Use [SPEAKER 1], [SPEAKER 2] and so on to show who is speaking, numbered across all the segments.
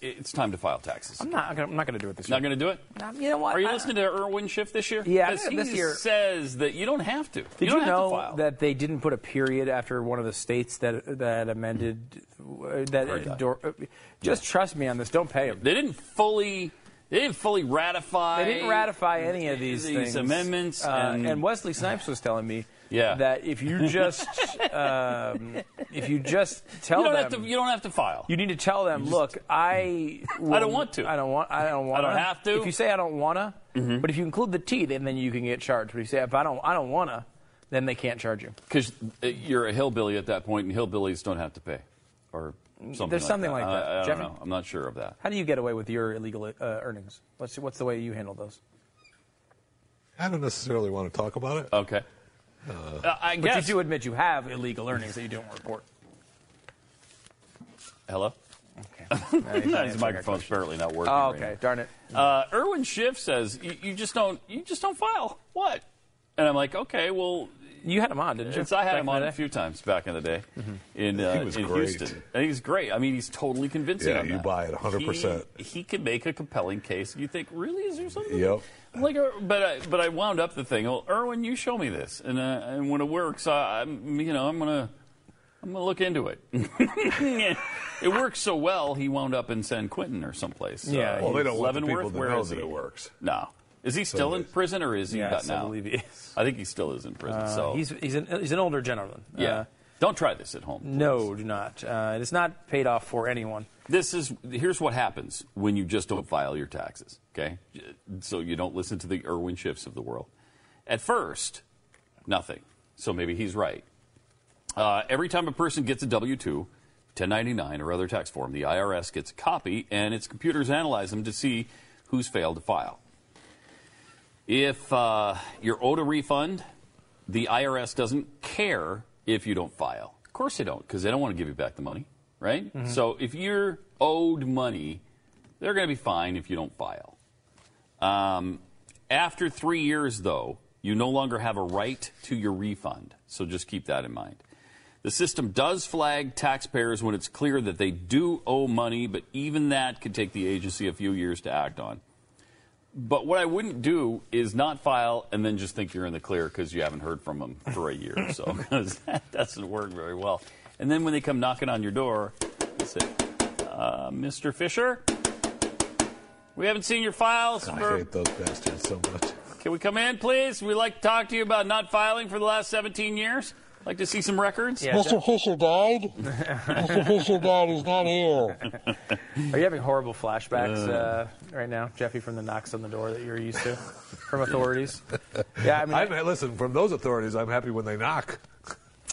[SPEAKER 1] it's time to file taxes.
[SPEAKER 2] I'm not. I'm not going to do it this
[SPEAKER 1] Not
[SPEAKER 2] year.
[SPEAKER 1] going to do it?
[SPEAKER 2] Um, you know what?
[SPEAKER 1] Are you
[SPEAKER 2] I-
[SPEAKER 1] listening to Irwin Schiff this year?
[SPEAKER 2] Yeah,
[SPEAKER 1] 'Cause he
[SPEAKER 2] this year-
[SPEAKER 1] says that you don't have to.
[SPEAKER 2] Did
[SPEAKER 1] don't
[SPEAKER 2] you,
[SPEAKER 1] have to
[SPEAKER 2] know
[SPEAKER 1] file.
[SPEAKER 2] that they didn't put a period after one of the states that that amended uh, that?
[SPEAKER 1] Very good.
[SPEAKER 2] door- uh, just trust me on this. Don't pay them.
[SPEAKER 1] they didn't fully they didn't fully ratify
[SPEAKER 2] They didn't ratify any of these,
[SPEAKER 1] these
[SPEAKER 2] things.
[SPEAKER 1] amendments
[SPEAKER 2] Uh,
[SPEAKER 1] and-
[SPEAKER 2] Wesley Snipes was telling me
[SPEAKER 1] Yeah.
[SPEAKER 2] that if you just um, if you just tell
[SPEAKER 1] You don't
[SPEAKER 2] them
[SPEAKER 1] have to you don't have to file.
[SPEAKER 2] you need to tell them, look, I
[SPEAKER 1] I don't want to.
[SPEAKER 2] I don't want I don't want
[SPEAKER 1] don't have to.
[SPEAKER 2] If you say I don't wanna, but if you include the T then then you can get charged. But if you say if I don't I don't wanna, then they can't charge you.
[SPEAKER 1] Because you're a hillbilly at that point, and hillbillies don't have to pay, or something.
[SPEAKER 2] There's
[SPEAKER 1] like
[SPEAKER 2] something
[SPEAKER 1] that.
[SPEAKER 2] like that.
[SPEAKER 1] I- I, don't
[SPEAKER 2] Jeffy?
[SPEAKER 1] know. I'm not sure of that.
[SPEAKER 2] How do you get away with your illegal uh, earnings? Let's see what's the way you handle those?
[SPEAKER 3] I don't necessarily want to talk about it.
[SPEAKER 1] Okay. Uh, I
[SPEAKER 2] But
[SPEAKER 1] guess.
[SPEAKER 2] you do admit you have illegal earnings that you don't report.
[SPEAKER 1] Hello.
[SPEAKER 2] Okay. Now you can
[SPEAKER 1] His
[SPEAKER 2] answer my
[SPEAKER 1] microphone's
[SPEAKER 2] question.
[SPEAKER 1] apparently not working.
[SPEAKER 2] Oh,
[SPEAKER 1] right now.
[SPEAKER 2] okay. Darn it.
[SPEAKER 1] Uh, Erwin Schiff says you, you just don't you just don't file. What? And I'm like, okay, well,
[SPEAKER 2] You had him on, didn't you?
[SPEAKER 1] since I had
[SPEAKER 2] Back
[SPEAKER 1] him
[SPEAKER 2] in the
[SPEAKER 1] on
[SPEAKER 2] day?
[SPEAKER 1] a few times back in the day in, uh,
[SPEAKER 3] Mm-hmm. He was
[SPEAKER 1] in
[SPEAKER 3] great.
[SPEAKER 1] Houston, and he's great. I mean, he's totally convincing.
[SPEAKER 3] Yeah,
[SPEAKER 1] on
[SPEAKER 3] you
[SPEAKER 1] that.
[SPEAKER 3] buy it 100%.
[SPEAKER 1] He, he can make a compelling case. You think, really? Is there something?
[SPEAKER 3] Yep.
[SPEAKER 1] Like, uh, but I, but I wound up the thing. Well, Erwin, you show me this, and uh, and when it works, I, I'm you know I'm gonna I'm gonna look into it. it works so well, he wound up in San Quentin or someplace.
[SPEAKER 2] Yeah,
[SPEAKER 1] Uh,
[SPEAKER 2] well,
[SPEAKER 3] they don't want the
[SPEAKER 1] Leavenworth,
[SPEAKER 3] people to
[SPEAKER 1] where
[SPEAKER 3] know
[SPEAKER 1] is
[SPEAKER 3] that
[SPEAKER 1] he?
[SPEAKER 3] it works.
[SPEAKER 1] No, is he still in
[SPEAKER 3] they-
[SPEAKER 1] prison or is he
[SPEAKER 2] Yes,
[SPEAKER 1] gotten
[SPEAKER 2] I
[SPEAKER 1] out?
[SPEAKER 2] believe he is.
[SPEAKER 1] I think he still is in prison.
[SPEAKER 2] Uh,
[SPEAKER 1] so
[SPEAKER 2] he's he's an, he's an older gentleman.
[SPEAKER 1] yeah.
[SPEAKER 2] Uh,
[SPEAKER 1] don't try this at home.
[SPEAKER 2] no, do not. Uh, it is not paid off for anyone.
[SPEAKER 1] This is here's what happens when you just don't file your taxes. Okay, so you don't listen to the Irwin Schiffs of the world. At first, nothing. So maybe he's right. Uh, every time a person gets a W two, 1099 or other tax form, the IRS gets a copy, and its computers analyze them to see who's failed to file. If uh, you're owed a refund, the IRS doesn't care if you don't file. Of course they don't, because they don't want to give you back the money, right? So if you're owed money, they're going to be fine if you don't file. Um, after three years, though, you no longer have a right to your refund. So just keep that in mind. The system does flag taxpayers when it's clear that they do owe money, but even that could take the agency a few years to act on. But what I wouldn't do is not file and then just think you're in the clear because you haven't heard from them for a year or so, 'cause that doesn't work very well. And then when they come knocking on your door, they say, uh, Mr. Fisher, we haven't seen your files
[SPEAKER 3] I
[SPEAKER 1] for
[SPEAKER 3] hate those bastards so much.
[SPEAKER 1] can we come in, please? We'd like to talk to you about not filing for the last 17 years. Like to see some records.
[SPEAKER 2] Yeah, Jeff,
[SPEAKER 4] Fisher died. Mr. Fisher died. He's not here.
[SPEAKER 2] are you having horrible flashbacks uh, right now, Jeffy, from the knocks on the door that you're used to from authorities? yeah, I mean,
[SPEAKER 3] I'm, listen, from those authorities, I'm happy when they knock.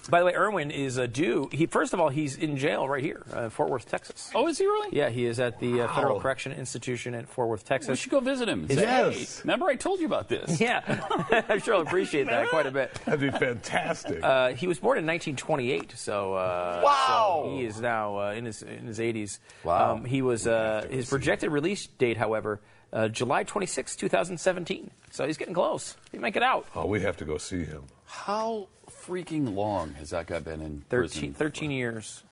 [SPEAKER 2] by the way, Irwin is a Jew. He first of all, he's in jail right here, uh, in Fort Worth, Texas.
[SPEAKER 1] Oh, is he really?
[SPEAKER 2] Yeah, he is at the uh, Federal
[SPEAKER 3] Wow.
[SPEAKER 2] Correction Institution in Fort Worth,
[SPEAKER 1] We
[SPEAKER 2] Texas.
[SPEAKER 1] should go visit him. and
[SPEAKER 2] Is
[SPEAKER 1] say,
[SPEAKER 3] that-
[SPEAKER 1] "Hey,
[SPEAKER 3] Yes.
[SPEAKER 1] remember I told you about this?
[SPEAKER 2] Yeah, I'm sure he'll appreciate that quite a bit.
[SPEAKER 3] That'd be fantastic.
[SPEAKER 2] Uh, he was born in 1928, so, uh,
[SPEAKER 1] Wow.
[SPEAKER 2] so he is now uh, in his in his 80s.
[SPEAKER 1] Wow.
[SPEAKER 2] Um, he was uh, his projected release date, however, uh, July 26, 2017. So he's getting close. He might get out.
[SPEAKER 3] oh, we have to go see him.
[SPEAKER 1] How freaking long has that guy been in prison?
[SPEAKER 2] 13, 13 years.